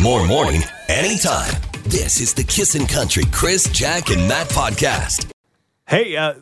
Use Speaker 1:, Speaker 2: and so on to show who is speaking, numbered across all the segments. Speaker 1: more morning, anytime. This is the Kissin' Country Chris, Jack, and Matt podcast.
Speaker 2: Hey, uh,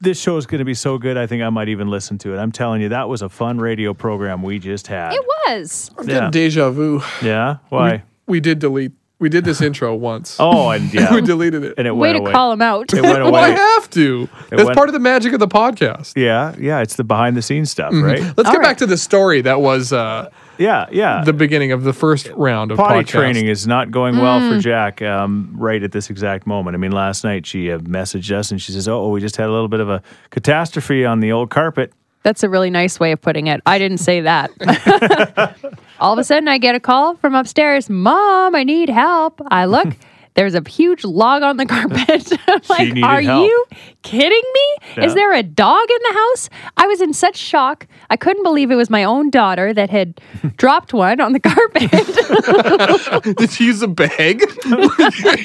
Speaker 2: this show is going to be so good. I think I might even listen to it. I'm telling you, that was a fun radio program we just had.
Speaker 3: It was.
Speaker 4: I'm
Speaker 2: Yeah.
Speaker 4: getting deja vu.
Speaker 2: Yeah. Why?
Speaker 4: We did delete. We did this intro once.
Speaker 2: oh, and yeah,
Speaker 4: we deleted it.
Speaker 2: and it
Speaker 3: Way
Speaker 2: went
Speaker 3: to
Speaker 2: away.
Speaker 3: call him out.
Speaker 2: It went
Speaker 4: well, I
Speaker 2: away.
Speaker 4: have to. That's
Speaker 2: went-
Speaker 4: part of the magic of the podcast.
Speaker 2: Yeah, yeah. It's the behind the scenes stuff, right?
Speaker 4: Let's
Speaker 3: All
Speaker 4: get
Speaker 3: right.
Speaker 4: back to the story that was uh,
Speaker 2: Yeah, yeah.
Speaker 4: the beginning of the first round of
Speaker 2: potty
Speaker 4: podcast.
Speaker 2: training is not going well
Speaker 3: Mm.
Speaker 2: for Jack um, right at this exact moment. I mean, last night she uh, messaged us and she says, "Oh, we just had a little bit of a catastrophe on the old carpet."
Speaker 3: That's a really nice way of putting it. I didn't say that. All of a sudden, I get a call from upstairs Mom, I need help. I look, there's a huge log on the carpet. I'm like,
Speaker 2: needed
Speaker 3: are
Speaker 2: help."
Speaker 3: you kidding me?
Speaker 2: Yeah.
Speaker 3: Is there a dog in the house? I was in such shock. I couldn't believe it was my own daughter that had dropped one on the carpet.
Speaker 4: Did you use a bag?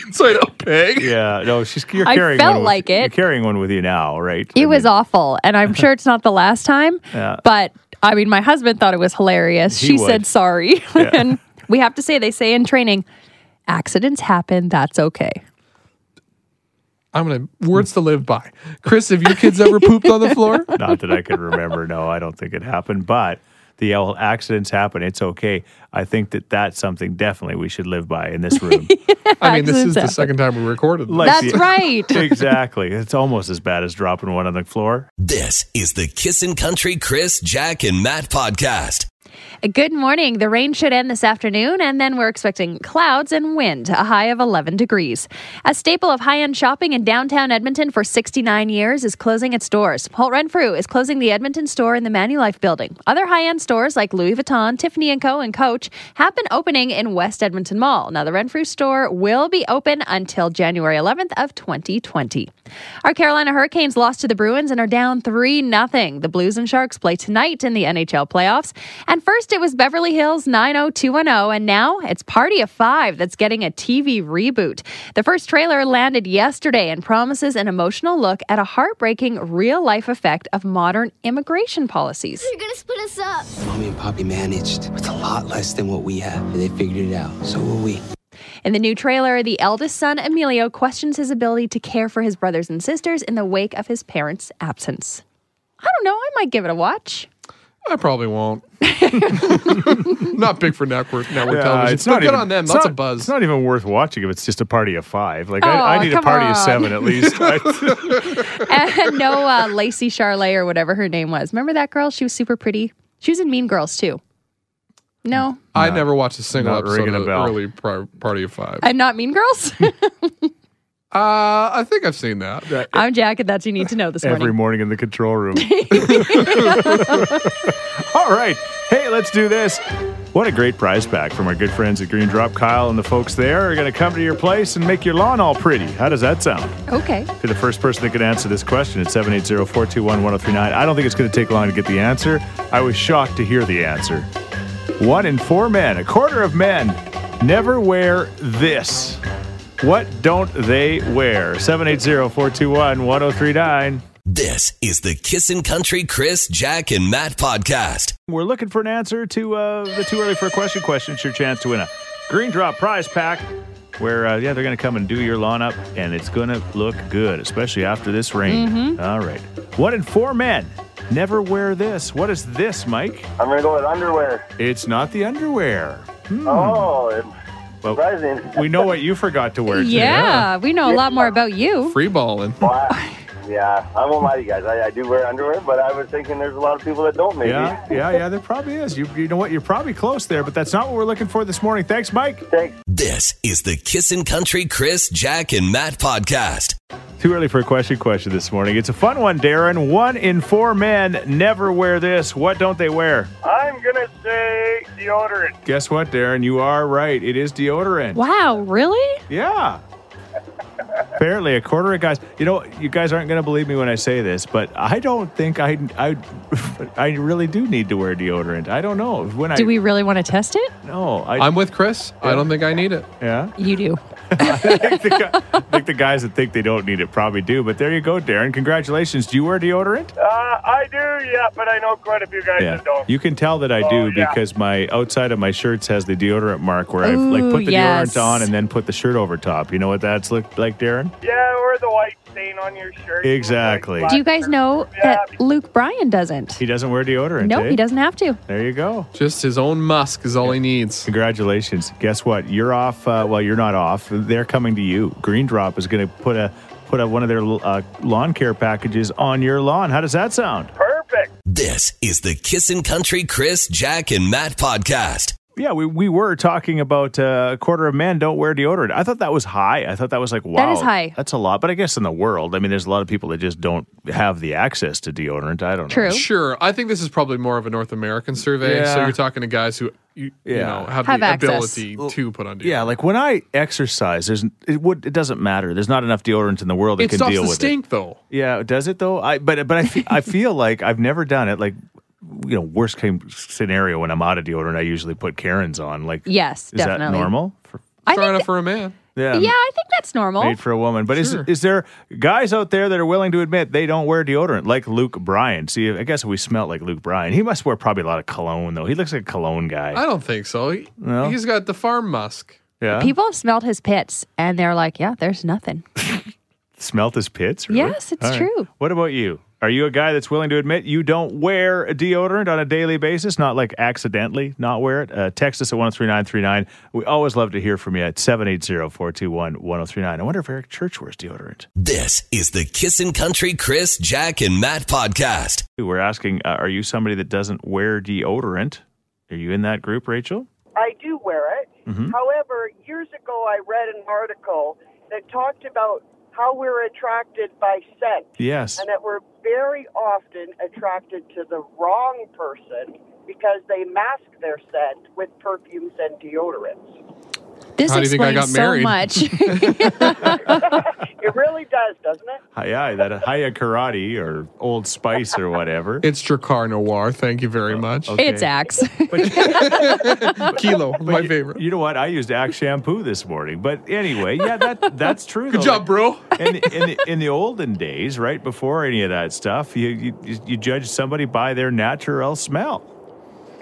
Speaker 4: Inside a bag?
Speaker 2: Yeah, no, she's you're
Speaker 3: I
Speaker 2: carrying.
Speaker 3: felt
Speaker 2: one with-
Speaker 3: like it.
Speaker 2: You're carrying one with you now, right? I
Speaker 3: it was
Speaker 2: mean,
Speaker 3: awful. And I'm sure it's not the last time.
Speaker 2: Yeah.
Speaker 3: But I mean, my husband thought it was hilarious.
Speaker 2: He
Speaker 3: she
Speaker 2: would.
Speaker 3: said sorry. and we have to say, they say in training, accidents happen. That's okay.
Speaker 4: I'm gonna words to live by. Chris, have your kids ever pooped on the floor?
Speaker 2: not that I could remember. No, I don't think it happened, but. The old accidents happen. It's okay. I think that that's something definitely we should live by in this room.
Speaker 4: I mean, this is the
Speaker 3: Accidents
Speaker 4: second time we recorded. this.
Speaker 2: Like
Speaker 3: That's
Speaker 2: the-
Speaker 3: right.
Speaker 2: exactly. It's almost as bad as dropping one on the floor.
Speaker 1: This is the Kissin' Country Chris, Jack, and Matt podcast.
Speaker 3: Good morning. The rain should end this afternoon, and then we're expecting clouds and wind, a high of 11 degrees. A staple of high end shopping in downtown Edmonton for 69 years is closing its doors. Holt Renfrew is closing the Edmonton store in the Manulife building. Other high end stores like Louis Vuitton, Tiffany & Co., and Coach have been opening in West Edmonton Mall. Now, the Renfrew store will be open until January 11th of 2020. Our Carolina Hurricanes lost to the Bruins and are down 3 nothing. The Blues and Sharks play tonight in the NHL playoffs. And first it was Beverly Hills 90210 and now it's Party of 5 that's getting a TV reboot. The first trailer landed yesterday and promises an emotional look at a heartbreaking real-life effect of modern immigration policies.
Speaker 5: You're gonna split us up.
Speaker 6: Mommy and Poppy managed with a lot less than what we had. They figured it out. So will we.
Speaker 3: In the new trailer, the eldest son, Emilio, questions his ability to care for his brothers and sisters in the wake of his parents' absence. I don't know, I might give it a watch.
Speaker 4: I probably won't. not big for network network television. It's
Speaker 2: not
Speaker 4: not good
Speaker 2: even-
Speaker 4: on them.
Speaker 2: it's
Speaker 4: That's
Speaker 2: not-
Speaker 4: a buzz.
Speaker 2: It's not even worth watching if it's just a party of five. Like
Speaker 3: Oh,
Speaker 2: I, I need a
Speaker 3: come
Speaker 2: party
Speaker 3: on.
Speaker 2: of seven at least. I-
Speaker 3: and no uh, Lacey Charley or whatever her name was. Remember that girl? She was super pretty. She was in Mean Girls too. No,
Speaker 4: I never watched a single
Speaker 2: not
Speaker 4: episode
Speaker 2: ringing a
Speaker 4: of the
Speaker 2: bell.
Speaker 4: early pri- Party of Five. Uh,
Speaker 3: I'm not Mean Girls.
Speaker 4: I think I've seen that.
Speaker 3: I'm Jack, and that's you need to know this
Speaker 2: every
Speaker 3: morning.
Speaker 2: morning in the control room. All right. Hey, let's do this. What a great prize pack from our good friends at Green Drop. Kyle and the folks there are going to come to your place and make your lawn all pretty. How does that sound?
Speaker 3: okay.
Speaker 2: To the first person that could answer this question at 780 421 1039. I don't think it's going to take long to get the answer. I was shocked to hear the answer. One in four men, a quarter of men, never wear this. What don't they wear? 780 421 1039.
Speaker 1: This is the Kissin' Country Chris, Jack, and Matt podcast.
Speaker 2: We're looking for an answer to uh, the too early for a question question. It's your chance to win a green drop prize pack. Where uh, yeah, they're going to come and do your lawn up, and it's going to look good, especially after this rain. All right, one in four men never wear this. What is this, Mike?
Speaker 7: I'm gonna go with underwear.
Speaker 2: It's not the underwear.
Speaker 7: Oh, it's
Speaker 2: Well,
Speaker 7: surprising.
Speaker 2: we know what you forgot to wear.
Speaker 3: Yeah,
Speaker 2: today.
Speaker 3: we know a lot more about you.
Speaker 4: Free balling.
Speaker 7: Well, I- yeah, I won't lie to you guys. I, I do wear underwear, but I was thinking there's a lot of people that don't. Maybe.
Speaker 2: yeah, yeah, yeah. There probably is. You, you know what? You're probably close there, but that's not what we're looking for this morning. Thanks, Mike.
Speaker 7: Thanks.
Speaker 1: This is the Kissin' Country Chris, Jack, and Matt podcast.
Speaker 2: Too early for a question question this morning. It's a fun one, Darren. One in four men never wear this. What don't they wear?
Speaker 7: I'm gonna say deodorant.
Speaker 2: Guess what, Darren? You are right. It is deodorant.
Speaker 3: Wow, really?
Speaker 2: Yeah. Apparently, a quarter of guys. You know, you guys aren't going to believe me when I say this, but I don't think I, I, I really do need to wear deodorant. I don't know when I.
Speaker 3: Do we really want to test it?
Speaker 2: No, I.
Speaker 4: I'm with Chris. I don't think I need it.
Speaker 2: yeah.
Speaker 3: You do.
Speaker 2: I think, the, guy- I think the guys that think they don't need it probably do. But there you go, Darren. Congratulations. Do you wear deodorant?
Speaker 7: Uh, I do, yeah, but I know quite a few guys that don't.
Speaker 2: You can tell that I do
Speaker 7: Oh, yeah.
Speaker 2: because my outside of my shirts has the deodorant mark where I've like
Speaker 3: Ooh,
Speaker 2: put the
Speaker 3: yes.
Speaker 2: deodorant on and then put the shirt over top. You know what that's looked like, Darren?
Speaker 7: yeah, or the white stain on your shirt.
Speaker 2: Exactly.
Speaker 7: Like,
Speaker 3: Do you guys know that Luke Bryan doesn't?
Speaker 2: He doesn't wear deodorant.
Speaker 3: No,
Speaker 2: eh?
Speaker 3: he doesn't have to.
Speaker 2: There you go.
Speaker 4: Just his own musk is all he needs.
Speaker 2: Congratulations. Guess what? You're off. Uh, well, you're not off. They're coming to you. Green Drop is going to put a put a, one of their uh, lawn care packages on your lawn. How does that sound?
Speaker 7: Perfect.
Speaker 1: This is the Kissin' Country Chris, Jack, and Matt podcast.
Speaker 2: Yeah, we, we were talking about uh, a quarter of men don't wear deodorant. I thought that was high. I thought that was like, wow.
Speaker 3: is high.
Speaker 2: That's a lot. But I guess in the world, I mean, there's a lot of people that just don't have the access to deodorant. I don't
Speaker 3: True.
Speaker 2: know.
Speaker 4: Sure. I think this is probably more of a North American survey. So
Speaker 2: Yeah.
Speaker 4: you're talking to guys who you, you
Speaker 2: Yeah.
Speaker 4: know have,
Speaker 3: Have
Speaker 4: the
Speaker 3: access.
Speaker 4: ability to put on.
Speaker 2: Yeah, like when I exercise, there's it would it doesn't matter. There's not enough deodorant in the world that
Speaker 4: it
Speaker 2: can
Speaker 4: stops
Speaker 2: deal
Speaker 4: the
Speaker 2: with it.
Speaker 4: stink though.
Speaker 2: Yeah, does it though? I but but I fe- I feel like I've never done it. Like you know, worst case scenario when I'm out of deodorant, I usually put Karen's on. Like
Speaker 3: Yes,
Speaker 2: is that
Speaker 3: definitely.
Speaker 2: normal? For,
Speaker 3: I
Speaker 4: Fair
Speaker 3: think
Speaker 4: enough for a man.
Speaker 2: yeah,
Speaker 3: yeah, I think that's normal.
Speaker 2: made for a woman. But
Speaker 4: Sure.
Speaker 2: is is there guys out there that are willing to admit they don't wear deodorant like Luke Bryan? See, I guess if we smelt like Luke Bryan, he must wear probably a lot of cologne though. He looks like a cologne guy.
Speaker 3: Uh,
Speaker 4: I don't think so. He, He's got the farm musk.
Speaker 2: yeah,
Speaker 3: People have smelled his pits and they're like, yeah, there's nothing.
Speaker 2: smelt his pits. really?
Speaker 3: Yes, it's
Speaker 2: All right.
Speaker 3: true.
Speaker 2: What about you? Are you a guy that's willing to admit you don't wear a deodorant on a daily basis, not like accidentally not wear it? Uh, text us at 103939. We always love to hear from you at 780 421 1039. I wonder if Eric Church wears deodorant.
Speaker 1: This is the Kissin' Country Chris, Jack, and Matt podcast.
Speaker 2: We're asking, uh, are you somebody that doesn't wear deodorant? Are you in that group, Rachel?
Speaker 5: I do wear it.
Speaker 2: Mm-hmm.
Speaker 5: However, years ago, I read an article that talked about how we're attracted by scent
Speaker 2: Yes.
Speaker 5: and that we're very often attracted to the wrong person because they mask their scent with perfumes and deodorants.
Speaker 3: This
Speaker 4: How do you think I
Speaker 3: explains
Speaker 4: got married?
Speaker 3: so much.
Speaker 5: It really does, doesn't it?
Speaker 2: Hiya, that Hiya Karate or Old Spice or whatever.
Speaker 4: It's Dracar Noir. Thank you very much.
Speaker 2: Uh, okay.
Speaker 3: It's Axe.
Speaker 4: Kilo, my
Speaker 2: You-
Speaker 4: favorite.
Speaker 2: You know what? I used Axe shampoo this morning. But anyway, yeah, that that's true.
Speaker 4: Good
Speaker 2: though.
Speaker 4: job, bro.
Speaker 2: in, in, the, in the olden days, right before any of that stuff, you, you, you judge somebody by their natural smell.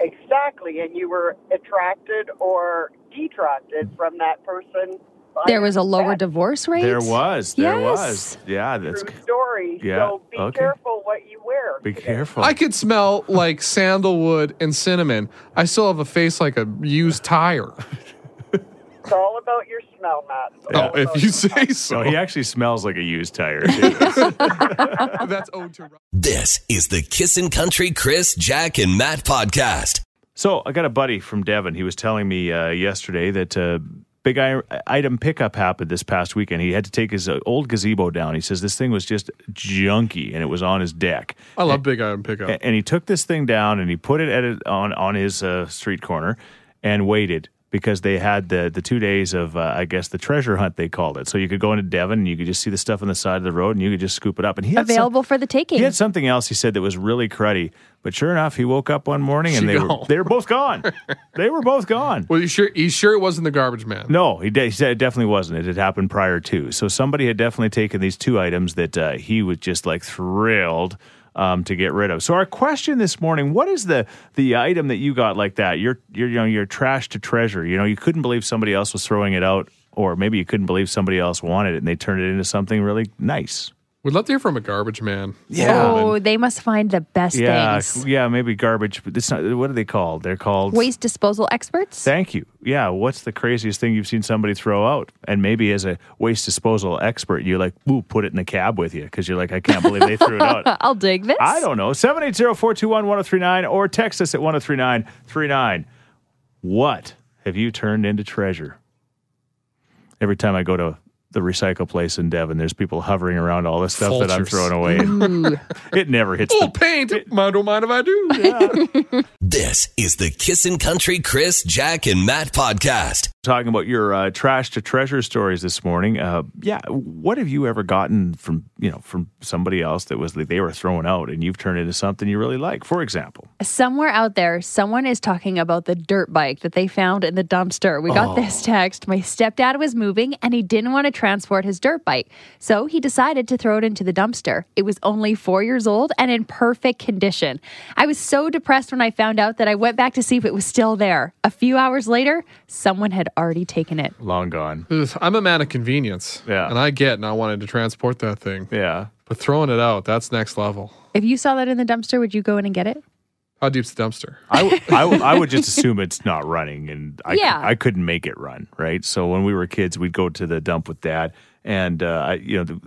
Speaker 5: Exactly. And you were attracted or detracted from that person. by
Speaker 3: there was a lower
Speaker 5: scent.
Speaker 3: divorce rate.
Speaker 2: There was. There was.
Speaker 3: Yes.
Speaker 2: Yeah, that's.
Speaker 5: True story.
Speaker 2: Yeah,
Speaker 5: So be
Speaker 2: okay.
Speaker 5: careful what you wear.
Speaker 2: Be careful.
Speaker 4: I could smell like sandalwood and cinnamon. I still have a face like a used tire.
Speaker 5: It's all about your smell, Matt. It's all
Speaker 4: Oh, if
Speaker 5: about
Speaker 4: you say
Speaker 2: so
Speaker 4: so.
Speaker 2: he actually smells like a used tire. too.
Speaker 4: That's ode to.
Speaker 1: This is the Kissin' Country Chris, Jack, and Matt podcast.
Speaker 2: so I got a buddy from Devon. He was telling me uh, yesterday that. Uh, Big i- item pickup happened this past weekend. He had to take his uh, old gazebo down. He says this thing was just junky and it was on his deck.
Speaker 4: I love Big Iron Pickup.
Speaker 2: A- and he took this thing down and he put it at it on on his uh, street corner and waited because they had the the two days of uh, I guess the treasure hunt they called it. So you could go into Devon and you could just see the stuff on the side of the road and you could just scoop it up. And he had some-
Speaker 3: Available for the taking.
Speaker 2: he had something else he said that was really cruddy, but sure enough, he woke up one morning and they were
Speaker 4: Gone.
Speaker 2: they were both gone. they were both gone.
Speaker 4: Well, you sure? You sure it wasn't the garbage man?
Speaker 2: No, he, de- he said it definitely wasn't. It had happened prior to. So somebody had definitely taken these two items that uh, he was just like thrilled um, to get rid of. So our question this morning: What is the the item that you got like that? You're you're you know you're trash to treasure. You know you couldn't believe somebody else was throwing it out, or maybe you couldn't believe somebody else wanted it and they turned it into something really nice.
Speaker 4: We'd love to hear from a garbage man.
Speaker 3: Oh, they must find the best
Speaker 2: Yeah,
Speaker 3: things.
Speaker 2: yeah, maybe garbage. But it's not. What are they called? They're called
Speaker 3: Waste disposal experts.
Speaker 2: Thank you. Yeah. What's the craziest thing you've seen somebody throw out? And maybe as a waste disposal expert, you like, ooh, put it in the cab with you because you're like, I can't believe they threw it out.
Speaker 3: I'll dig this.
Speaker 2: I don't know. 780 421 1039 or text us at 103939. What have you turned into treasure? Every time I go to the recycle place in Devon, there's people hovering around all this stuff that I'm
Speaker 4: Vultures.
Speaker 2: throwing away. it never hits
Speaker 4: Oh,
Speaker 2: the
Speaker 4: paint. Mind don't mind if I do.
Speaker 1: This is the Kissin' Country Chris, Jack, and Matt podcast.
Speaker 2: talking about your uh, trash to treasure stories this morning. Uh, yeah, what have you ever gotten from you know from somebody else that was they were throwing out and you've turned into something you really like? For example,
Speaker 3: Somewhere out there, someone is talking about the dirt bike that they found in the dumpster. We
Speaker 4: Oh.
Speaker 3: got this text. My stepdad was moving and he didn't want to transport his dirt bike. So he decided to throw it into the dumpster. It was only four years old and in perfect condition. I was so depressed when I found out that I went back to see if it was still there. A few hours later, someone had already taken it.
Speaker 2: long gone.
Speaker 4: Ugh, I'm a man of convenience.
Speaker 2: Yeah.
Speaker 4: And I get not wanting to transport that thing.
Speaker 2: Yeah,
Speaker 4: But throwing it out, that's next level.
Speaker 3: If you saw that in the dumpster, would you go in and get it?
Speaker 4: How deep's the dumpster?
Speaker 2: I, w- I, w- I would just assume it's not running, and I, cou-
Speaker 3: Yeah.
Speaker 2: I couldn't make it run, right? So when we were kids, we'd go to the dump with dad, and uh, I, you know, the,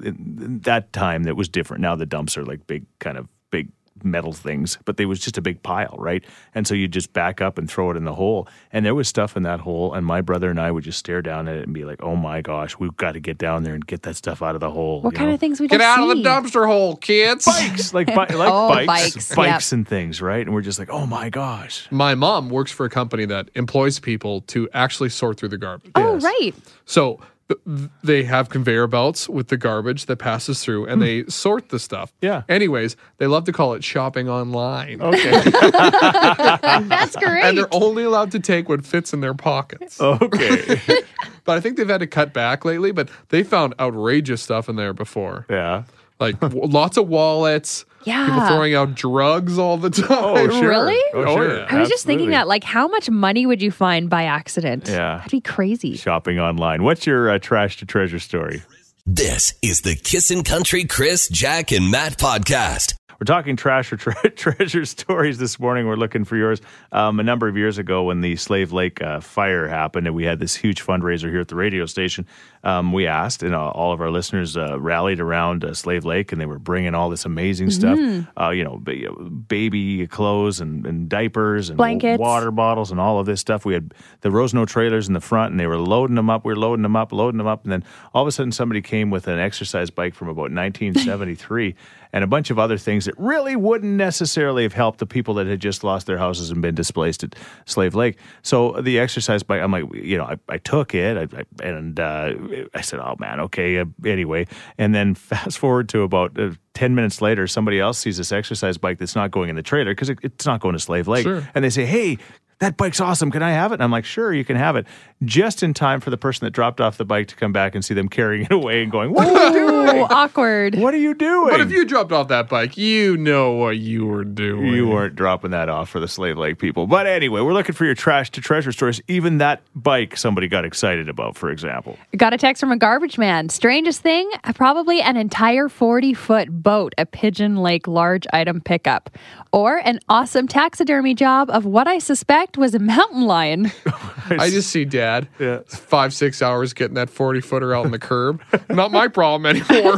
Speaker 2: that time that was different. Now the dumps are like big, kind of big metal things, but they was just a big pile, right? And so you just back up and throw it in the hole, and there was stuff in that hole, and my brother and I would just stare down at it and be like, "Oh my gosh, we've got to get down there and get that stuff out of the hole."
Speaker 3: What
Speaker 2: you
Speaker 3: kind
Speaker 2: know?
Speaker 3: of things would
Speaker 4: Get
Speaker 3: you
Speaker 4: out of
Speaker 3: see?
Speaker 4: the dumpster hole, kids.
Speaker 2: Bikes, like, bi- like
Speaker 3: Oh,
Speaker 2: bikes,
Speaker 3: bikes,
Speaker 2: bikes,
Speaker 3: yep.
Speaker 2: and things, right? And we're just like, "Oh my gosh."
Speaker 4: My mom works for a company that employs people to actually sort through the garbage.
Speaker 3: Oh, right.
Speaker 4: So th- th- they have conveyor belts with the garbage that passes through and they sort the stuff.
Speaker 2: Hmm. Yeah. Oh,
Speaker 4: Anyways, they love to call it shopping online.
Speaker 2: Okay.
Speaker 3: That's great.
Speaker 4: And they're only allowed to take what fits in their
Speaker 2: Oh.
Speaker 4: pockets.
Speaker 2: okay.
Speaker 4: But I think they've had to cut back lately, but they found outrageous stuff in there before.
Speaker 2: Yeah.
Speaker 4: Like w- lots of wallets, people
Speaker 3: Yeah.
Speaker 4: throwing out drugs all the time.
Speaker 2: Oh, sure.
Speaker 3: Really?
Speaker 2: Oh,
Speaker 4: Oh,
Speaker 2: sure.
Speaker 4: yeah.
Speaker 3: I was just thinking
Speaker 2: Absolutely.
Speaker 3: that, like, how much money would you find by accident?
Speaker 2: Yeah.
Speaker 3: That'd be crazy.
Speaker 2: Shopping online. What's your uh, trash to treasure story?
Speaker 1: This is the Kissin' Country Chris, Jack, and Matt podcast.
Speaker 2: We're talking trash or tre- treasure stories this morning. We're looking for yours. Um, a number of years ago, when the Slave Lake uh, fire happened, and we had this huge fundraiser here at the radio station, um, we asked, and uh, all of our listeners uh, rallied around uh, Slave Lake, and they were bringing all this amazing stuff. Uh, you know, ba- baby clothes and, and diapers and
Speaker 3: Blankets.
Speaker 2: water water bottles and all of this stuff. We had the Rosno trailers in the front, and they were loading them up. We were loading them up, loading them up, and then all of a sudden, somebody came with an exercise bike from about 1973 and a bunch of other things that really wouldn't necessarily have helped the people that had just lost their houses and been displaced at Slave Lake. So the exercise bike, I'm like, you know, I, I took it, I, I, and uh, I said, "Oh man, okay." Uh, anyway, and then fast forward to about. Uh, 10 minutes later, somebody else sees this exercise bike that's not going in the trailer because it, it's not going to Slave Lake
Speaker 4: Sure.
Speaker 2: and they say, "Hey, that bike's awesome. Can I have it?" And I'm like, "Sure, you can have it." Just in time for the person that dropped off the bike to come back and see them carrying it away and going, "What? are you doing?
Speaker 3: Oh, awkward.
Speaker 2: What are you doing?"
Speaker 4: But if you dropped off that bike, you know what you were doing.
Speaker 2: you weren't dropping that off for the Slave Lake people. But anyway, we're looking for your trash to treasure stories. Even that bike somebody got excited about, for example.
Speaker 3: Got a text from a garbage man. Strangest thing, probably an entire 40 foot boat, a Pigeon Lake large item pickup, or an awesome taxidermy job of what I suspect was a mountain lion.
Speaker 4: I just see dad
Speaker 2: Yeah.
Speaker 4: five, six hours getting that 40 footer out on the curb. Not my problem anymore.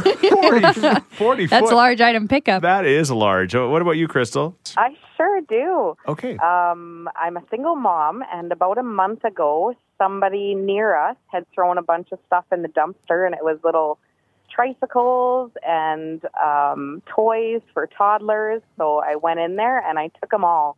Speaker 2: 40, 40
Speaker 3: That's
Speaker 2: foot.
Speaker 3: a large item pickup.
Speaker 2: That is large. Uh, What about you, Crystal?
Speaker 8: I sure do.
Speaker 2: Okay.
Speaker 9: Uh,
Speaker 8: Um, I'm a single mom, and about a month ago, somebody near us had thrown a bunch of stuff in the dumpster, and it was little tricycles and um, toys for toddlers. So I went in there and I took them all.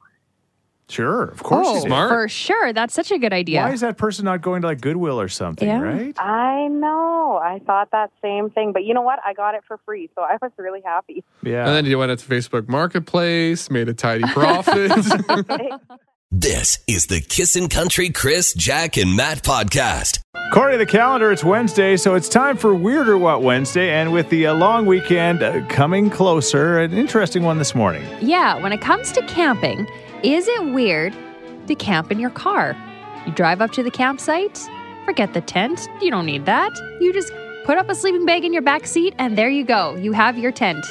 Speaker 2: sure. Of course. you
Speaker 3: oh,
Speaker 2: did.
Speaker 4: smart.
Speaker 3: for sure. That's such a good idea.
Speaker 2: Why is that person not going to like Goodwill or something,
Speaker 3: Yeah.
Speaker 2: right?
Speaker 9: Uh,
Speaker 8: I know. I thought that same thing, but you know what? I got it for free, so I was really happy.
Speaker 2: Yeah.
Speaker 4: And then you went into Facebook Marketplace, made a tidy profit.
Speaker 1: This is the Kissin' Country Chris, Jack, and Matt podcast.
Speaker 2: According to the calendar, it's Wednesday, so it's time for Weirder What Wednesday, and with the uh, long weekend uh, coming closer, an interesting one this morning.
Speaker 3: Yeah, when it comes to camping, is it weird to camp in your car? You drive up to the campsite, forget the tent, you don't need that. You just put up a sleeping bag in your back seat, and there you go. You have your tent.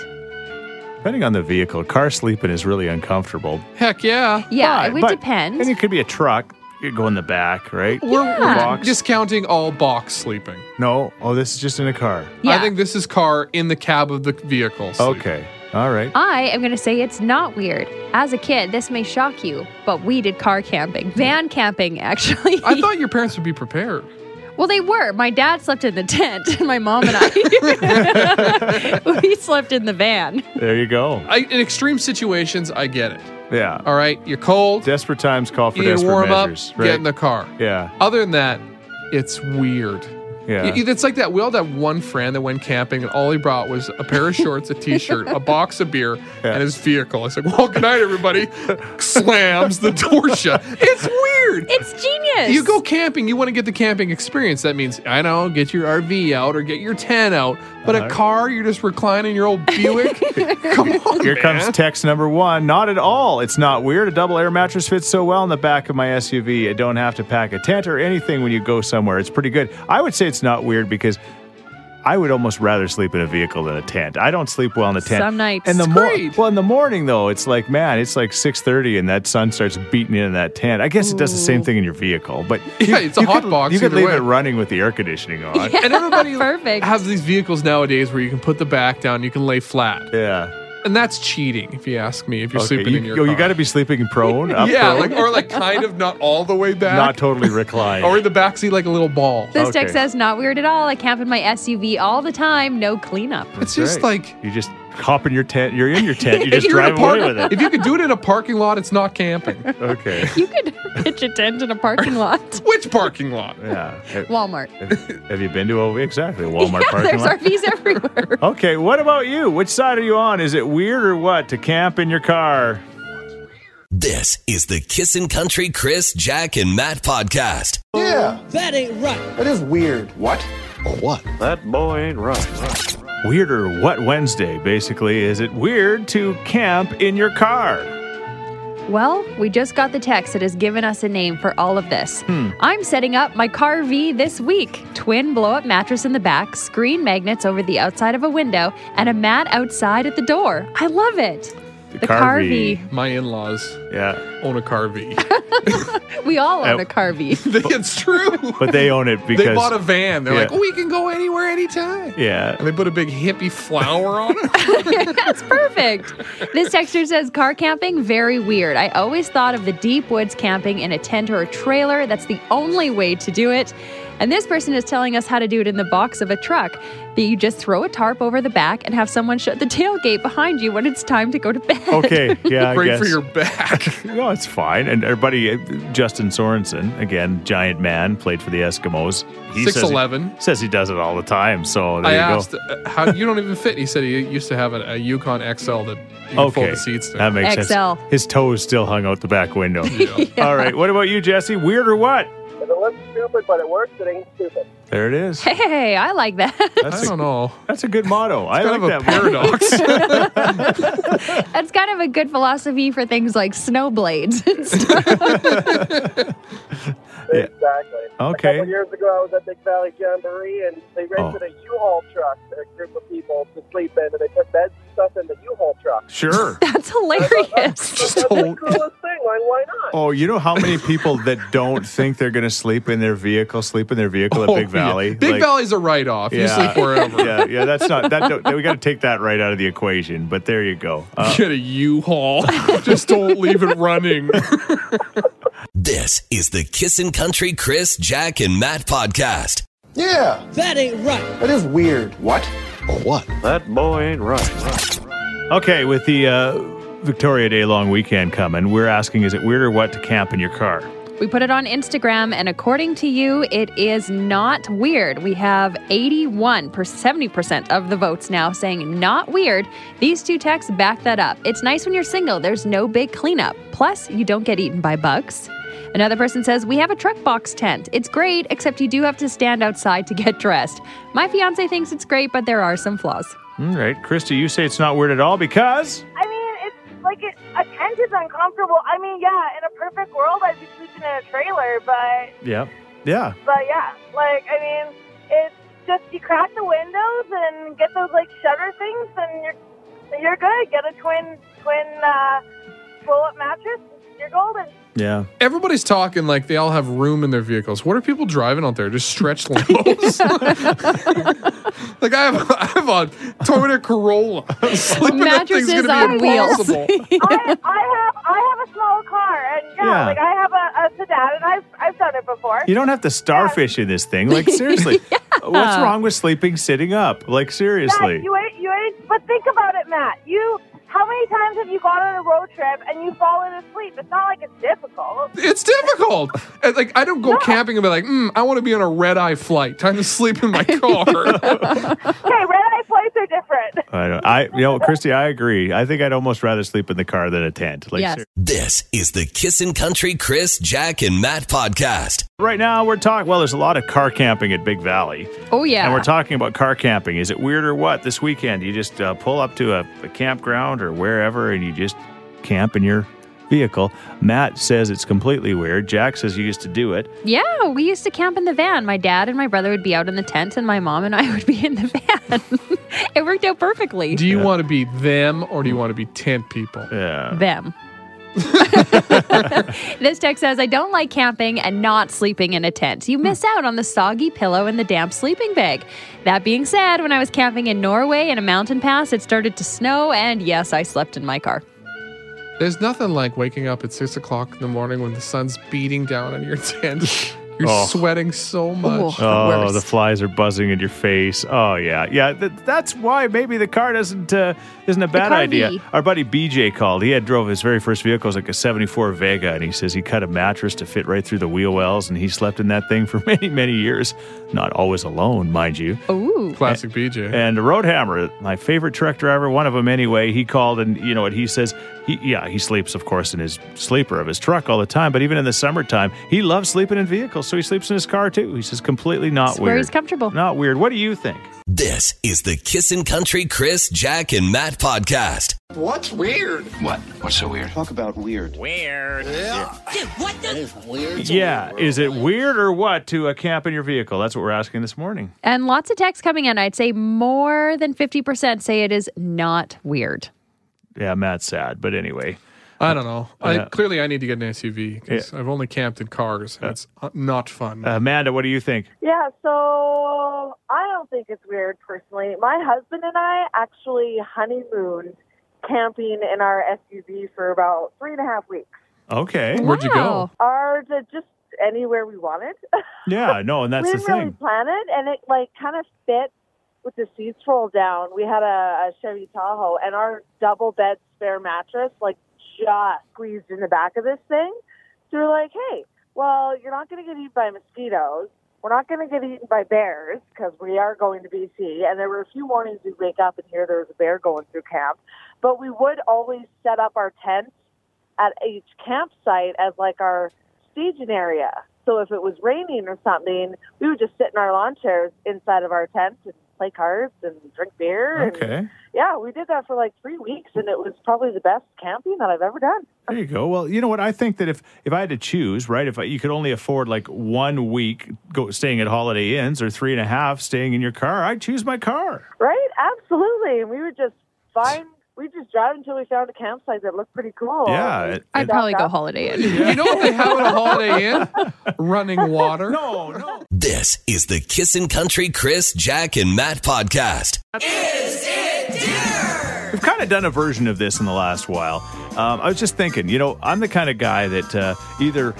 Speaker 2: Depending on the vehicle, car sleeping is really uncomfortable.
Speaker 4: Heck yeah.
Speaker 3: Yeah,
Speaker 2: But-
Speaker 3: Uh, it would
Speaker 2: but-
Speaker 3: depend.
Speaker 2: And it could be a truck. You go in the back, right?
Speaker 4: We're, we're
Speaker 2: Box.
Speaker 4: discounting all box sleeping.
Speaker 2: No. Oh, this is just in a car.
Speaker 3: yeah.
Speaker 4: I think this is car in the cab of the vehicle. sleep.
Speaker 2: Okay. All right.
Speaker 3: I am going to say it's not weird. As a kid, this may shock you, but we did car camping, van camping, actually.
Speaker 4: I thought your parents would be prepared.
Speaker 3: well, they were. My dad slept in the tent, and my mom and I, we slept in the van.
Speaker 2: There you go.
Speaker 4: I, in extreme situations, I get it.
Speaker 2: Yeah.
Speaker 4: All right, you're cold,
Speaker 2: Desperate times call for
Speaker 4: you need to
Speaker 2: desperate
Speaker 4: warm up,
Speaker 2: measures.
Speaker 4: get in the car.
Speaker 2: yeah.
Speaker 4: Other than that, It's weird.
Speaker 2: Yeah.
Speaker 4: Y- It's like that. We all had that one friend that went camping, and all he brought was a pair of shorts, a T-shirt, a box of beer, and his vehicle. It's like, well, good night, everybody. Slams the door shut. It's weird.
Speaker 3: It's genius.
Speaker 4: You go camping, you want to get the camping experience. That means, I know, get your RV out or get your tent out. But
Speaker 2: Uh-huh.
Speaker 4: a car, you're just reclining your old Buick. Come on.
Speaker 2: Here comes
Speaker 4: man.
Speaker 2: text number one. Not at all. It's not weird. A double air mattress fits so well in the back of my SUV. I don't have to pack a tent or anything when you go somewhere. It's pretty good. I would say it's not weird because I would almost rather sleep in a vehicle than a tent. I don't sleep well in a tent.
Speaker 3: Some nights.
Speaker 2: And the
Speaker 3: It's
Speaker 2: mor-
Speaker 4: great.
Speaker 2: well, in the morning though, it's like man, it's like six thirty, and that sun starts beating in that tent. I guess it does the same thing in your vehicle, but
Speaker 4: Yeah, it's a
Speaker 2: you
Speaker 4: hot
Speaker 2: could,
Speaker 4: box
Speaker 2: You could
Speaker 4: either
Speaker 2: leave
Speaker 4: way.
Speaker 2: it running with the air conditioning on.
Speaker 4: And everybody
Speaker 3: Perfect.
Speaker 4: has these vehicles nowadays where you can put the back down, you can lay flat.
Speaker 2: Yeah.
Speaker 4: And that's cheating, if you ask me, if you're
Speaker 2: Okay,
Speaker 4: sleeping
Speaker 2: you,
Speaker 4: in your
Speaker 2: oh,
Speaker 4: car.
Speaker 2: you got to be sleeping prone. Up
Speaker 4: Yeah,
Speaker 2: prone,
Speaker 4: like, or like kind of not all the way back.
Speaker 2: not totally reclined.
Speaker 4: or in the backseat like a little ball.
Speaker 3: This
Speaker 2: Okay.
Speaker 3: text says, not weird at all. I camp in my SUV all the time. No cleanup.
Speaker 4: It's just
Speaker 2: Right.
Speaker 4: like
Speaker 2: you just hop in your tent. You're in your tent. You just
Speaker 4: You're in a
Speaker 2: drive away
Speaker 4: park-
Speaker 2: with it.
Speaker 4: If you could do it in a parking lot, it's not camping.
Speaker 2: Okay.
Speaker 3: You could pitch a tent in a parking lot.
Speaker 4: Which parking lot?
Speaker 2: Yeah. Have,
Speaker 3: Walmart.
Speaker 2: have you been to a exactly a Walmart parking
Speaker 3: There's
Speaker 2: lot?
Speaker 3: RVs everywhere.
Speaker 2: okay. What about you? Which side are you on? Is it weird or what to camp in your car?
Speaker 1: This is the Kissin' Country Chris, Jack, and Matt podcast.
Speaker 7: That boy ain't right.
Speaker 2: Weird or what Wednesday? Basically, is it weird to camp in your car?
Speaker 3: Well, we just got the text that has given us a name for all of this.
Speaker 2: Hmm.
Speaker 3: I'm setting up my car V this week. Twin blow up mattress in the back, screen magnets over the outside of a window, and a mat outside at the door. I love it. The,
Speaker 2: car
Speaker 3: car
Speaker 2: V.
Speaker 3: V.
Speaker 4: My in-laws
Speaker 2: Yeah,
Speaker 4: own a car V.
Speaker 3: We all own
Speaker 2: Uh,
Speaker 3: a car V.
Speaker 4: it's true.
Speaker 2: but they own it because
Speaker 4: they bought a van. They're
Speaker 2: Yeah.
Speaker 4: like, we can go anywhere, anytime.
Speaker 2: yeah.
Speaker 4: And they put a big hippie flower on it.
Speaker 3: That's perfect. This texter says car camping, very weird. I always thought of the deep woods camping in a tent or a trailer. That's the only way to do it. And this person is telling us how to do it in the box of a truck that you just throw a tarp over the back and have someone shut the tailgate behind you when it's time to go to bed.
Speaker 2: Okay, yeah, I
Speaker 4: Great
Speaker 2: guess.
Speaker 4: for your back.
Speaker 2: No, it's fine. And our buddy uh, Justin Sorensen, again, giant man, played for the Eskimos. He says he-
Speaker 4: 6'11".
Speaker 2: Says he does it all the time. So there
Speaker 4: I
Speaker 2: you
Speaker 4: asked,
Speaker 2: go.
Speaker 4: uh, how you don't even fit. He said he used to have a, a Yukon XL that you could fold
Speaker 2: Okay,
Speaker 4: the seats to.
Speaker 2: that makes
Speaker 3: XL.
Speaker 2: sense. His toes still hung out the back window. All right, what about you, Jesse? Weird or what?
Speaker 5: If it looks stupid, but it works, it ain't stupid.
Speaker 2: There it is.
Speaker 3: Hey, I like that.
Speaker 4: I
Speaker 2: That's
Speaker 4: don't
Speaker 2: a,
Speaker 4: know.
Speaker 2: that's a good motto. I like
Speaker 4: Kind of a
Speaker 2: that. motto.
Speaker 4: paradox.
Speaker 3: That's kind of a good philosophy for things like snow blades.
Speaker 2: Yeah.
Speaker 5: Exactly.
Speaker 2: Okay.
Speaker 5: A couple years ago, I was at Big Valley Jamboree, and they rented
Speaker 2: Oh.
Speaker 5: a U-Haul truck for a group of people to sleep in, and they put beds and stuff in the U-Haul truck.
Speaker 2: Sure.
Speaker 3: That's hilarious.
Speaker 5: That's the
Speaker 4: Don't-
Speaker 5: coolest thing. Like, why not?
Speaker 2: Oh, you know how many people that don't think they're going to sleep in their vehicle sleep in their vehicle
Speaker 4: Oh,
Speaker 2: at Big
Speaker 4: yeah.
Speaker 2: Valley?
Speaker 4: Big
Speaker 2: Like-
Speaker 4: Valley's a write-off. You
Speaker 2: Yeah.
Speaker 4: sleep wherever.
Speaker 2: Yeah, yeah, that's not that. Don't, we got to take that right out of the equation. But there you go. Uh,
Speaker 4: Get a U-Haul. Just don't leave it running.
Speaker 1: This is the Kissin' Country Chris, Jack, and Matt podcast.
Speaker 7: That boy ain't right.
Speaker 2: Okay, with the uh, Victoria Day long weekend coming, we're asking is it weird or what to camp in your car?
Speaker 3: We put it on Instagram, and according to you, it is not weird. We have 81 per 70% of the votes now saying not weird. These two texts back that up. It's nice when you're single, there's no big cleanup. Plus, you don't get eaten by bugs. Another person says, We have a truck box tent. It's great, except you do have to stand outside to get dressed. My fiance thinks it's great, but there are some flaws.
Speaker 2: All right, Christy, you say it's not weird at all because
Speaker 9: I mean, it's like it, a tent is uncomfortable. I mean, yeah, in a perfect world, I'd be sleeping in a trailer, but
Speaker 2: yeah, yeah,
Speaker 9: but yeah, like I mean, it's just you crack the windows and get those like shutter things, and you're you're good. Get a twin twin uh, roll up mattress. You're golden.
Speaker 2: yeah.
Speaker 4: Everybody's talking like they all have room in their vehicles. What are people driving out there? Just stretch limos. like I have, I have a Toyota Corolla. Sleeping that thing's
Speaker 3: Mattresses
Speaker 4: gonna
Speaker 3: on
Speaker 4: be
Speaker 3: wheels.
Speaker 4: impossible.
Speaker 9: I, I have I have a small car, and yeah,
Speaker 2: Yeah.
Speaker 9: like I have a, a sedan, and I've I've done it before.
Speaker 2: You don't have to starfish in this thing. Like seriously, what's wrong with sleeping sitting up? Like
Speaker 9: Matt,
Speaker 2: seriously,
Speaker 9: you ain't, you ain't, but think about it, Matt. You How many times have you gone on a road trip and you fallen asleep? It's not like it's difficult.
Speaker 4: It's difficult. And, like I don't go camping and be like, mm, I want to be on a red eye flight. Time to sleep in my car.
Speaker 9: Okay, red eye flights are different.
Speaker 2: I don't. I you know, Christy, I agree. I think I'd almost rather sleep in the car than a tent. Like
Speaker 3: Yes.
Speaker 2: ser-
Speaker 1: This is the Kissin' Country Chris, Jack, and Matt podcast.
Speaker 2: right now, we're talking. Well, there's a lot of car camping at Big Valley,
Speaker 3: Oh, yeah.
Speaker 2: and we're talking about car camping. Is it weird or what? This weekend, you just uh, pull up to a, a campground or wherever, and you just camp in your vehicle. Matt says it's completely weird. Jack says you used to do it.
Speaker 3: yeah, we used to camp in the van. My dad and my brother would be out in the tent, and my mom and I would be in the van. it worked out perfectly.
Speaker 4: do you want to be them or do you want to be tent people?
Speaker 2: Yeah.
Speaker 3: them. this text says, I don't like camping and not sleeping in a tent. You miss out on the soggy pillow and the damp sleeping bag. That being said, when I was camping in Norway in a mountain pass, it started to snow, and yes, I slept in my car.
Speaker 4: There's nothing like waking up at six o'clock in the morning when the sun's beating down on your tent. You're
Speaker 2: Oh.
Speaker 4: sweating so much.
Speaker 3: Ooh. The
Speaker 2: oh,
Speaker 3: worst.
Speaker 2: the flies are buzzing in your face. Oh yeah, yeah. Th- that's why maybe the car doesn't uh, isn't a bad
Speaker 3: car
Speaker 2: idea.
Speaker 3: V.
Speaker 2: Our buddy BJ called. He had drove his very first vehicle it was like a '74 Vega, and he says he cut a mattress to fit right through the wheel wells, and he slept in that thing for many many years. Not always alone, mind you.
Speaker 3: Ooh.
Speaker 4: Classic BJ.
Speaker 2: And Roadhammer, my favorite truck driver, one of them anyway, he called and you know what he says? He, yeah, he sleeps, of course, in his sleeper of his truck all the time, but even in the summertime, he loves sleeping in vehicles, so he sleeps in his car too. He says completely not
Speaker 3: It's
Speaker 2: weird.
Speaker 3: where he's comfortable.
Speaker 2: Not weird. What do you think?
Speaker 1: This is the Kissin' Country Chris, Jack, and Matt podcast.
Speaker 10: What's weird?
Speaker 6: What? What's so weird?
Speaker 10: Talk about weird. Weird. Yeah.
Speaker 9: What the?
Speaker 10: Weird.
Speaker 2: yeah, is it weird or what to uh, camp in your vehicle? That's what we're asking this morning.
Speaker 3: And lots of texts coming in. I'd say more than 50% say it is not weird.
Speaker 2: Yeah, Matt's sad, but anyway.
Speaker 4: I don't know. I,
Speaker 2: Yeah.
Speaker 4: Clearly, I need to get an SUV because I've only camped in cars. And it's uh, not fun.
Speaker 2: Amanda, what do you think?
Speaker 9: Yeah, so I don't think it's weird personally. My husband and I actually honeymooned camping in our SUV for about three and a half weeks.
Speaker 2: Okay.
Speaker 4: Where'd you go?
Speaker 3: Wow.
Speaker 9: Our just anywhere we wanted.
Speaker 2: Yeah, no, and that's
Speaker 9: we
Speaker 2: the
Speaker 9: didn't really
Speaker 2: thing.
Speaker 9: plan it, and it like kind of fit with the seats rolled down. We had a, a Chevy Tahoe, and our double bed spare mattress like just squeezed in the back of this thing. So we're like, hey, well, you're not going to get eaten by mosquitoes. We're not going to get eaten by bears because we are going to BC. And there were a few mornings we'd wake up and hear there was a bear going through camp. But we would always set up our tents at each campsite as like our staging area. So if it was raining or something, we would just sit in our lawn chairs inside of our tent and play cards and drink beer. And
Speaker 2: Okay.
Speaker 9: yeah, we did that for like three weeks, and it was probably the best camping that I've ever done.
Speaker 2: There you go. Well, you know what? I think that if if I had to choose, right, if I, you could only afford like one week go, staying at Holiday Inns or three and a half staying in your car, I'd choose my car.
Speaker 9: Right? Absolutely. And we would just find, we just drive until we found a campsite that looked pretty cool.
Speaker 2: Yeah,
Speaker 9: And
Speaker 2: it-
Speaker 9: we
Speaker 3: I'd probably go
Speaker 9: stopped
Speaker 3: holiday in.
Speaker 4: You know what they have at a Holiday Inn? Running water.
Speaker 2: Oh no!
Speaker 1: This is the Kissin' Country Chris, Jack, and Matt podcast.
Speaker 2: We've kind of done a version of this in the last while. Um, I was just thinking, you know, I'm the kind of guy that uh, either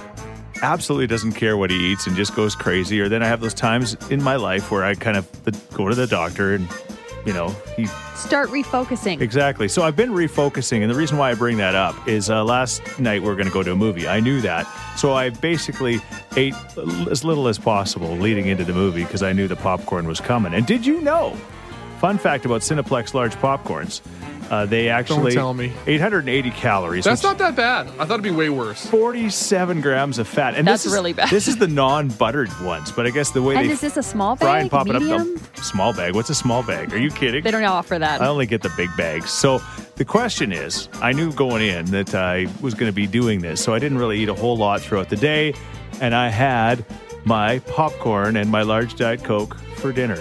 Speaker 2: absolutely doesn't care what he eats and just goes crazy, or then I have those times in my life where I kind of th- go to the doctor and, you know, he
Speaker 3: Start refocusing.
Speaker 2: Exactly. So I've been refocusing, and the reason why I bring that up is uh, last night we were going to go to a movie. I knew that, so I basically ate l- as little as possible leading into the movie because I knew the popcorn was coming. And did you know? Fun fact about Cineplex large popcorns: uh, they actually
Speaker 4: tell me.
Speaker 2: 880 calories.
Speaker 4: That's
Speaker 2: which-
Speaker 4: not that bad. I thought it'd be way worse.
Speaker 2: 47 grams of fat, and
Speaker 3: That's
Speaker 2: this is,
Speaker 3: really bad.
Speaker 2: This is the non-buttered ones, but I guess the way
Speaker 3: And
Speaker 2: they
Speaker 3: is this a small
Speaker 2: fry and
Speaker 3: bag?
Speaker 2: pop it up,
Speaker 3: Medium?
Speaker 2: the small bag. What's a small bag? Are you kidding?
Speaker 3: They don't offer that.
Speaker 2: I only get the big bags. So the question is, I knew going in that I was going to be doing this, so I didn't really eat a whole lot throughout the day, and I had my popcorn and my large diet coke for dinner.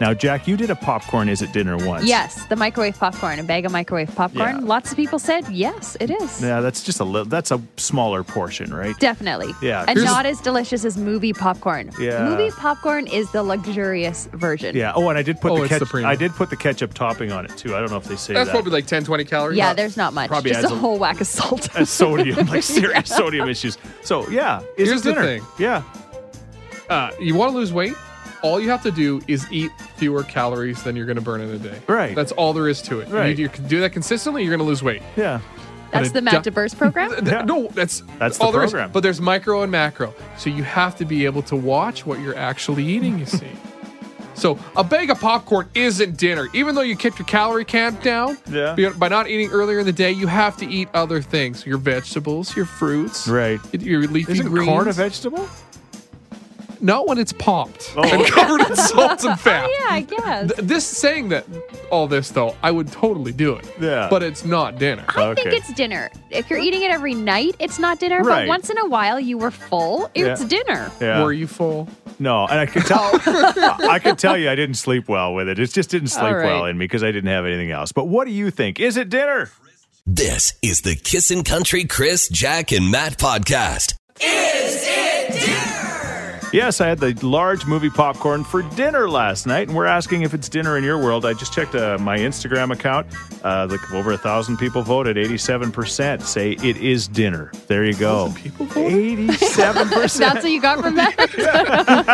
Speaker 2: Now, Jack, you did a popcorn is at dinner once.
Speaker 3: Yes, the microwave popcorn, a bag of microwave popcorn.
Speaker 2: Yeah.
Speaker 3: Lots of people said yes, it is.
Speaker 2: Yeah, that's just a little. That's a smaller portion, right?
Speaker 3: Definitely.
Speaker 2: Yeah.
Speaker 3: And
Speaker 2: Here's-
Speaker 3: not as delicious as movie popcorn.
Speaker 2: Yeah.
Speaker 3: Movie popcorn is the luxurious version.
Speaker 2: Yeah. Oh, and I did put
Speaker 4: Oh,
Speaker 2: the
Speaker 4: it's the
Speaker 2: ketchup.
Speaker 4: premium.
Speaker 2: I did put the ketchup topping on it too. I don't know if they say
Speaker 4: That's
Speaker 2: that.
Speaker 4: probably like 10, 20 calories.
Speaker 3: Yeah, there's not much.
Speaker 2: Probably
Speaker 3: Just
Speaker 2: adds
Speaker 3: a
Speaker 2: a-
Speaker 3: whole whack of salt.
Speaker 2: That's sodium, like serious sodium issues. So yeah, is
Speaker 4: Here's
Speaker 2: it
Speaker 4: the
Speaker 2: dinner?
Speaker 4: thing.
Speaker 2: Yeah.
Speaker 4: Uh, you want to lose weight? all you have to do is eat fewer calories than you're going to burn in a day.
Speaker 2: Right.
Speaker 4: That's all there is to it.
Speaker 2: Right.
Speaker 4: You, you can do that consistently, you're going to lose weight.
Speaker 2: Yeah.
Speaker 3: That's
Speaker 4: But
Speaker 3: the
Speaker 4: it
Speaker 3: Matt
Speaker 4: do-
Speaker 3: DeBurse program?
Speaker 4: Th- No, that's
Speaker 2: That's the
Speaker 4: all there is.
Speaker 2: program.
Speaker 4: But there's micro and macro, so you have to be able to watch what you're actually eating. You see, so a bag of popcorn isn't dinner, even though you kept your calorie count down.
Speaker 2: Yeah.
Speaker 4: be- By not eating earlier in the day, you have to eat other things: your vegetables, your fruits,
Speaker 2: Right.
Speaker 4: your leafy
Speaker 2: Isn't
Speaker 4: greens.
Speaker 2: corn a vegetable?
Speaker 4: Not when it's popped
Speaker 2: Oh.
Speaker 4: and covered in salt and fat.
Speaker 3: yeah, I guess.
Speaker 4: Th- This saying that all this though, I would totally do it.
Speaker 2: Yeah.
Speaker 4: But it's not dinner.
Speaker 3: I
Speaker 2: Okay.
Speaker 3: think it's dinner. If you're eating it every night, it's not dinner.
Speaker 2: Right.
Speaker 3: But once in a while, you were full. It's
Speaker 2: Yeah.
Speaker 3: dinner.
Speaker 2: Yeah.
Speaker 4: Were you full?
Speaker 2: No, and I could tell. I could tell you, I didn't sleep well with it. It just didn't
Speaker 3: All
Speaker 2: sleep
Speaker 3: right.
Speaker 2: well in me because I didn't have anything else. But what do you think? Is it dinner?
Speaker 1: This is the Kissin' Country Chris, Jack, and Matt podcast.
Speaker 2: Yes, I had the large movie popcorn for dinner last night, and we're asking if it's dinner in your world. I just checked uh, my Instagram account. Uh, like over a thousand people voted. Eighty-seven percent say it is dinner. There you go. Eighty-seven
Speaker 3: That's
Speaker 2: percent.
Speaker 3: what you got from that.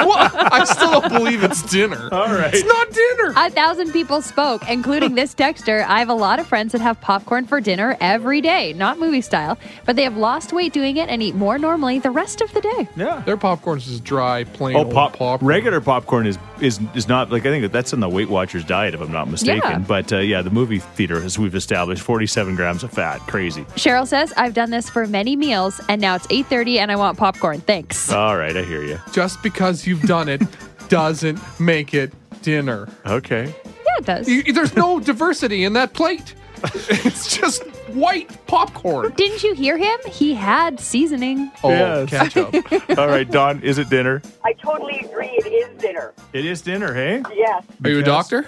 Speaker 4: What? I still don't believe it's dinner.
Speaker 2: All right.
Speaker 4: It's not dinner.
Speaker 3: a thousand people spoke, including this texter. I have a lot of friends that have popcorn for dinner every day, not movie style, but they have lost weight doing it and eat more normally the rest of the day.
Speaker 2: Yeah.
Speaker 4: Their popcorn's just dry, plain
Speaker 2: Oh,
Speaker 4: old
Speaker 2: pop,
Speaker 4: popcorn.
Speaker 2: regular popcorn is is is not like I think that that's in the Weight Watchers diet, if I'm not mistaken.
Speaker 3: Yeah.
Speaker 2: But uh, yeah, the movie theater, as we've established, 47 grams of fat, crazy.
Speaker 3: Cheryl says, I've done this for many meals, and now it's 8.30 and I want popcorn. Thanks.
Speaker 2: All right, I hear you.
Speaker 4: Just because you've done it doesn't make it dinner.
Speaker 2: Okay,
Speaker 3: yeah, it does.
Speaker 4: You- there's no diversity in that plate. It's just white popcorn.
Speaker 3: Didn't you hear him? He had seasoning.
Speaker 4: Oh,
Speaker 2: Yes.
Speaker 4: ketchup.
Speaker 2: all right, Don, is it dinner?
Speaker 5: I totally agree. It is dinner.
Speaker 2: It is dinner, hey?
Speaker 5: Yes.
Speaker 4: Are you a
Speaker 2: Because-
Speaker 4: doctor?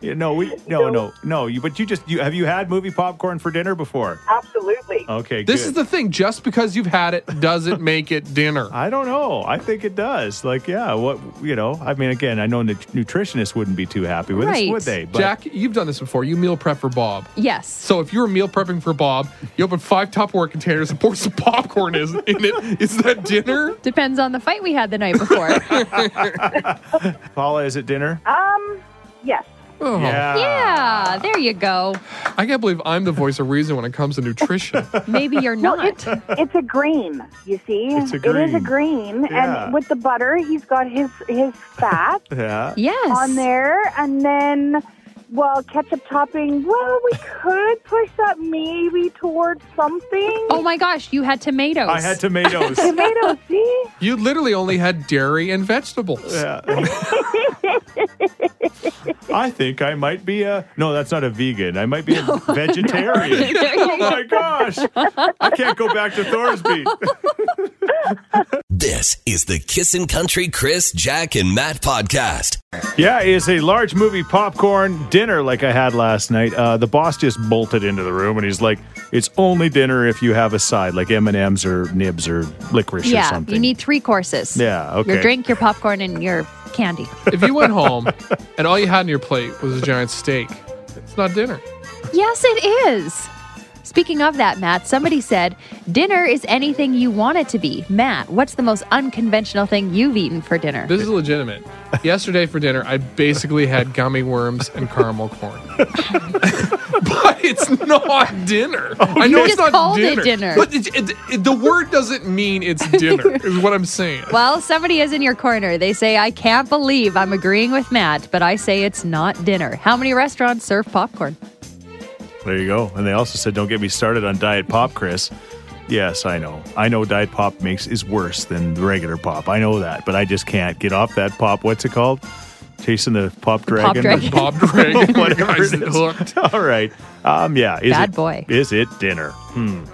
Speaker 2: Yeah, no, we no no no. You but you just you have you had movie popcorn for dinner before?
Speaker 5: Absolutely.
Speaker 2: Okay,
Speaker 4: This
Speaker 2: good.
Speaker 4: is the thing. Just because you've had it doesn't make it dinner.
Speaker 2: I don't know. I think it does. Like, yeah, what you know? I mean, again, I know nut- nutritionists wouldn't be too happy with us,
Speaker 3: Right.
Speaker 2: would they? But
Speaker 4: Jack, you've done this before. You meal prep for Bob.
Speaker 3: Yes.
Speaker 4: So if you were meal prepping for Bob, you open five Tupperware containers and pour some popcorn is- in it. Is that dinner?
Speaker 3: Depends on the fight we had the night before.
Speaker 2: Paula, is it dinner?
Speaker 9: Um, yes.
Speaker 4: Oh.
Speaker 2: yeah.
Speaker 3: yeah, there you go.
Speaker 4: I can't believe I'm the voice of reason when it comes to nutrition.
Speaker 3: Maybe you're not.
Speaker 9: It's a green, you see.
Speaker 2: It's a
Speaker 9: It is a
Speaker 2: green.
Speaker 9: green,
Speaker 2: Yeah.
Speaker 9: and with the butter, he's got his his fat
Speaker 2: Yeah.
Speaker 3: yes.
Speaker 9: on there, and then. Well, ketchup topping. Well, we could push that maybe towards something.
Speaker 3: Oh my gosh, you had tomatoes.
Speaker 2: I had tomatoes.
Speaker 9: Tomato, see?
Speaker 4: You literally only had dairy and vegetables.
Speaker 2: Yeah. I think I might be a no. That's not a vegan. I might be a vegetarian.
Speaker 3: There you
Speaker 2: oh my gosh! I can't go back to Thorsby.
Speaker 1: This is the Kissin' Country Chris, Jack, and Matt podcast.
Speaker 2: yeah, it's a large movie popcorn dinner like I had last night. Uh, the boss just bolted into the room and he's like, "It's only dinner if you have a side like M and M's or nibs or licorice or
Speaker 3: yeah,
Speaker 2: something."
Speaker 3: you need three courses.
Speaker 2: Yeah, okay.
Speaker 3: Your drink, your popcorn, and your candy.
Speaker 4: If you went home and all you had on your plate was a giant steak, it's not dinner.
Speaker 3: yes, it is. Speaking of that, Matt, somebody said, dinner is anything you want it to be. Matt, what's the most unconventional thing you've eaten for dinner?
Speaker 4: This is legitimate. Yesterday for dinner, I basically had gummy worms and caramel corn. but it's not dinner.
Speaker 3: Oh,
Speaker 4: I know
Speaker 3: You
Speaker 4: it's
Speaker 3: just
Speaker 4: not
Speaker 3: called it
Speaker 4: dinner.
Speaker 3: dinner.
Speaker 4: But it, it, it- the word doesn't mean it's dinner, is what I'm saying.
Speaker 3: Well, somebody is in your corner. They say, I can't believe I'm agreeing with Matt, but I say it's not dinner. How many restaurants serve popcorn?
Speaker 2: There you go. And they also said, "Don't get me started on diet pop, Chris." Yes, I know. I know diet pop makes is worse than the regular pop. I know that, but I just can't get off that pop. What's it called? Chasing the pop dragon.
Speaker 3: dragon.
Speaker 4: Bob Dragon,
Speaker 2: Whatever
Speaker 4: guys,
Speaker 2: it is.
Speaker 4: hooked.
Speaker 2: All right. Um. Yeah. Is
Speaker 3: Bad
Speaker 2: it,
Speaker 3: boy.
Speaker 2: Is it dinner? Hmm.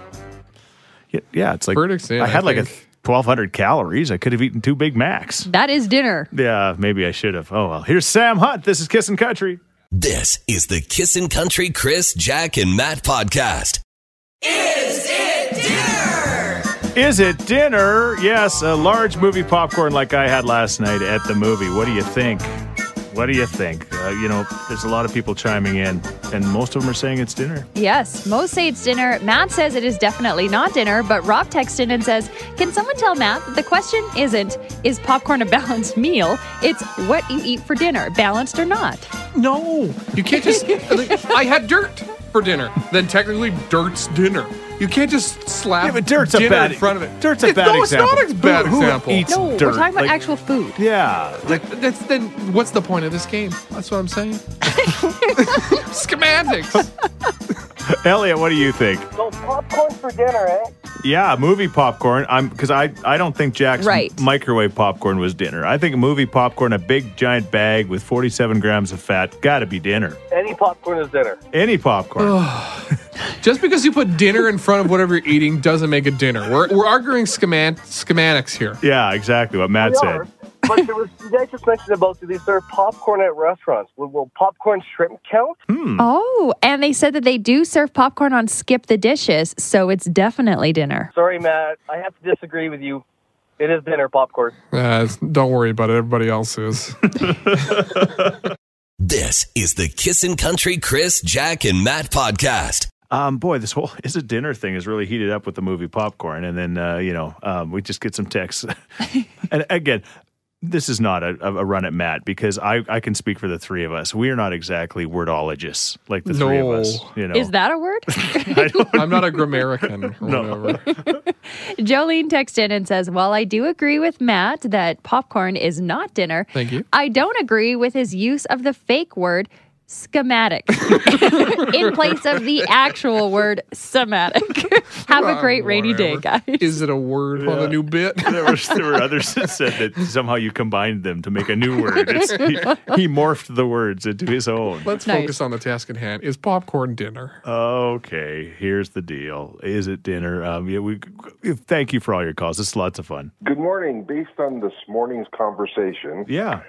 Speaker 2: Yeah. yeah, it's like
Speaker 4: Verdict's in,
Speaker 2: I had
Speaker 4: I
Speaker 2: like a
Speaker 4: think.
Speaker 2: twelve hundred calories. I could have eaten two Big Macs.
Speaker 3: That is dinner.
Speaker 2: Yeah, maybe I should have. Oh well. Here's Sam Hunt. This is Kissin' Country.
Speaker 1: This is the Kissin' Country Chris, Jack, and Matt podcast.
Speaker 2: Is it dinner? Yes, a large movie popcorn like I had last night at the movie. What do you think? What do you think? Uh, you know, there's a lot of people chiming in, and most of them are saying it's dinner.
Speaker 3: Yes, most say it's dinner. Matt says it is definitely not dinner, but Rob texts in and says, Can someone tell Matt that the question isn't, is popcorn a balanced meal? It's what you eat for dinner, balanced or not.
Speaker 4: No, you can't just. like, I had dirt for dinner. Then technically, dirt's dinner. You can't just slap
Speaker 2: Yeah, but dirt's a
Speaker 4: dinner
Speaker 2: bad-
Speaker 4: in front of it.
Speaker 2: dirt's a
Speaker 4: It-
Speaker 2: bad
Speaker 4: no,
Speaker 2: example.
Speaker 4: it's not a bad
Speaker 2: Who- who
Speaker 4: example.
Speaker 2: eats
Speaker 3: No, we're
Speaker 2: dirt,
Speaker 3: talking about
Speaker 2: like-
Speaker 3: actual food.
Speaker 2: Yeah.
Speaker 4: Like that's then. What's the point of this game? That's what I'm saying. Schematics.
Speaker 2: Elliot, what do you think?
Speaker 5: So popcorn for dinner, eh?
Speaker 2: Yeah, movie popcorn. I'm because I I don't think Jack's
Speaker 3: Right.
Speaker 2: microwave popcorn was dinner. I think movie popcorn, a big giant bag with 47 grams of fat, got to be dinner.
Speaker 7: Any popcorn is dinner.
Speaker 2: Any popcorn.
Speaker 4: Just because you put dinner in front of whatever you're eating doesn't make it dinner. We're, we're arguing schemant, schematics here.
Speaker 2: yeah, exactly what Matt
Speaker 7: We
Speaker 2: said.
Speaker 7: are. But there was, you guys just mentioned about do they serve popcorn at restaurants? Will, will popcorn shrimp count?
Speaker 2: hmm.
Speaker 3: Oh, and they said that they do serve popcorn on Skip the Dishes, so it's definitely dinner.
Speaker 7: Sorry, Matt. I have to disagree with you. It is dinner popcorn.
Speaker 4: Uh, don't worry about it. Everybody else is.
Speaker 1: This is the Kissin' Country Chris, Jack, and Matt podcast.
Speaker 2: Um, boy, this whole is a dinner thing is really heated up with the movie popcorn, and then uh, you know um, we just get some texts. and again, this is not a, a run at Matt because I, I can speak for the three of us. We are not exactly wordologists like the three of
Speaker 4: No.
Speaker 2: us. You know,
Speaker 3: Is that a word?
Speaker 2: I don't-
Speaker 4: I'm not a grammarican or
Speaker 2: No.
Speaker 4: whatever.
Speaker 3: Jolene texted in and says, While I do agree with Matt that popcorn is not dinner,
Speaker 4: Thank you.
Speaker 3: I don't agree with his use of the fake word schematic in place of the actual word somatic. Have a
Speaker 4: Ah,
Speaker 3: great rainy day,
Speaker 4: whatever.
Speaker 3: guys.
Speaker 4: Is it a word on the new bit?
Speaker 2: there, was, there were others that said that somehow you combined them to make a new word. It's, he, he morphed the words into his own.
Speaker 4: Let's
Speaker 3: Nice.
Speaker 4: focus on the task at hand. Is popcorn dinner?
Speaker 2: Okay, here's the deal. Is it dinner? Um, yeah, we thank you for all your calls. It's lots of fun.
Speaker 11: Good morning. Based on this morning's conversation,
Speaker 2: Yeah.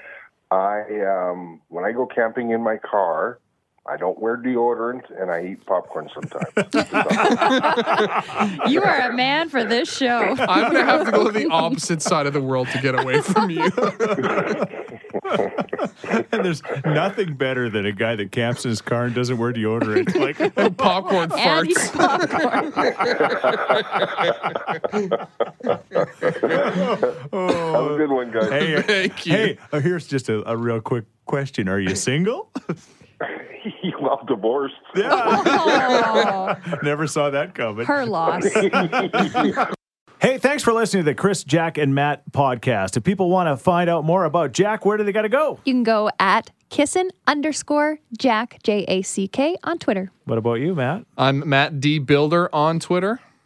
Speaker 11: I um, when I go camping in my car, I don't wear deodorant and I eat popcorn sometimes.
Speaker 3: You are a man for this show.
Speaker 4: I'm gonna have to go to the opposite side of the world to get away from you.
Speaker 2: And there's nothing better than a guy that camps in his car and doesn't wear deodorant. Like,
Speaker 4: popcorn
Speaker 3: And he's
Speaker 4: farts.
Speaker 3: popcorn.
Speaker 11: Have a good one, guys.
Speaker 2: hey, uh,
Speaker 4: Thank you.
Speaker 2: hey, uh, here's just a, a real quick question: Are you single?
Speaker 11: well, divorced.
Speaker 3: Oh,
Speaker 2: Never saw that coming.
Speaker 3: her loss.
Speaker 2: Hey, thanks for listening to the Chris, Jack, and Matt podcast. If people want to find out more about Jack, where do they got to go?
Speaker 3: You can go at kissin underscore Jack, J A C K, on Twitter.
Speaker 2: What about you, Matt?
Speaker 4: I'm Matt D Builder on Twitter.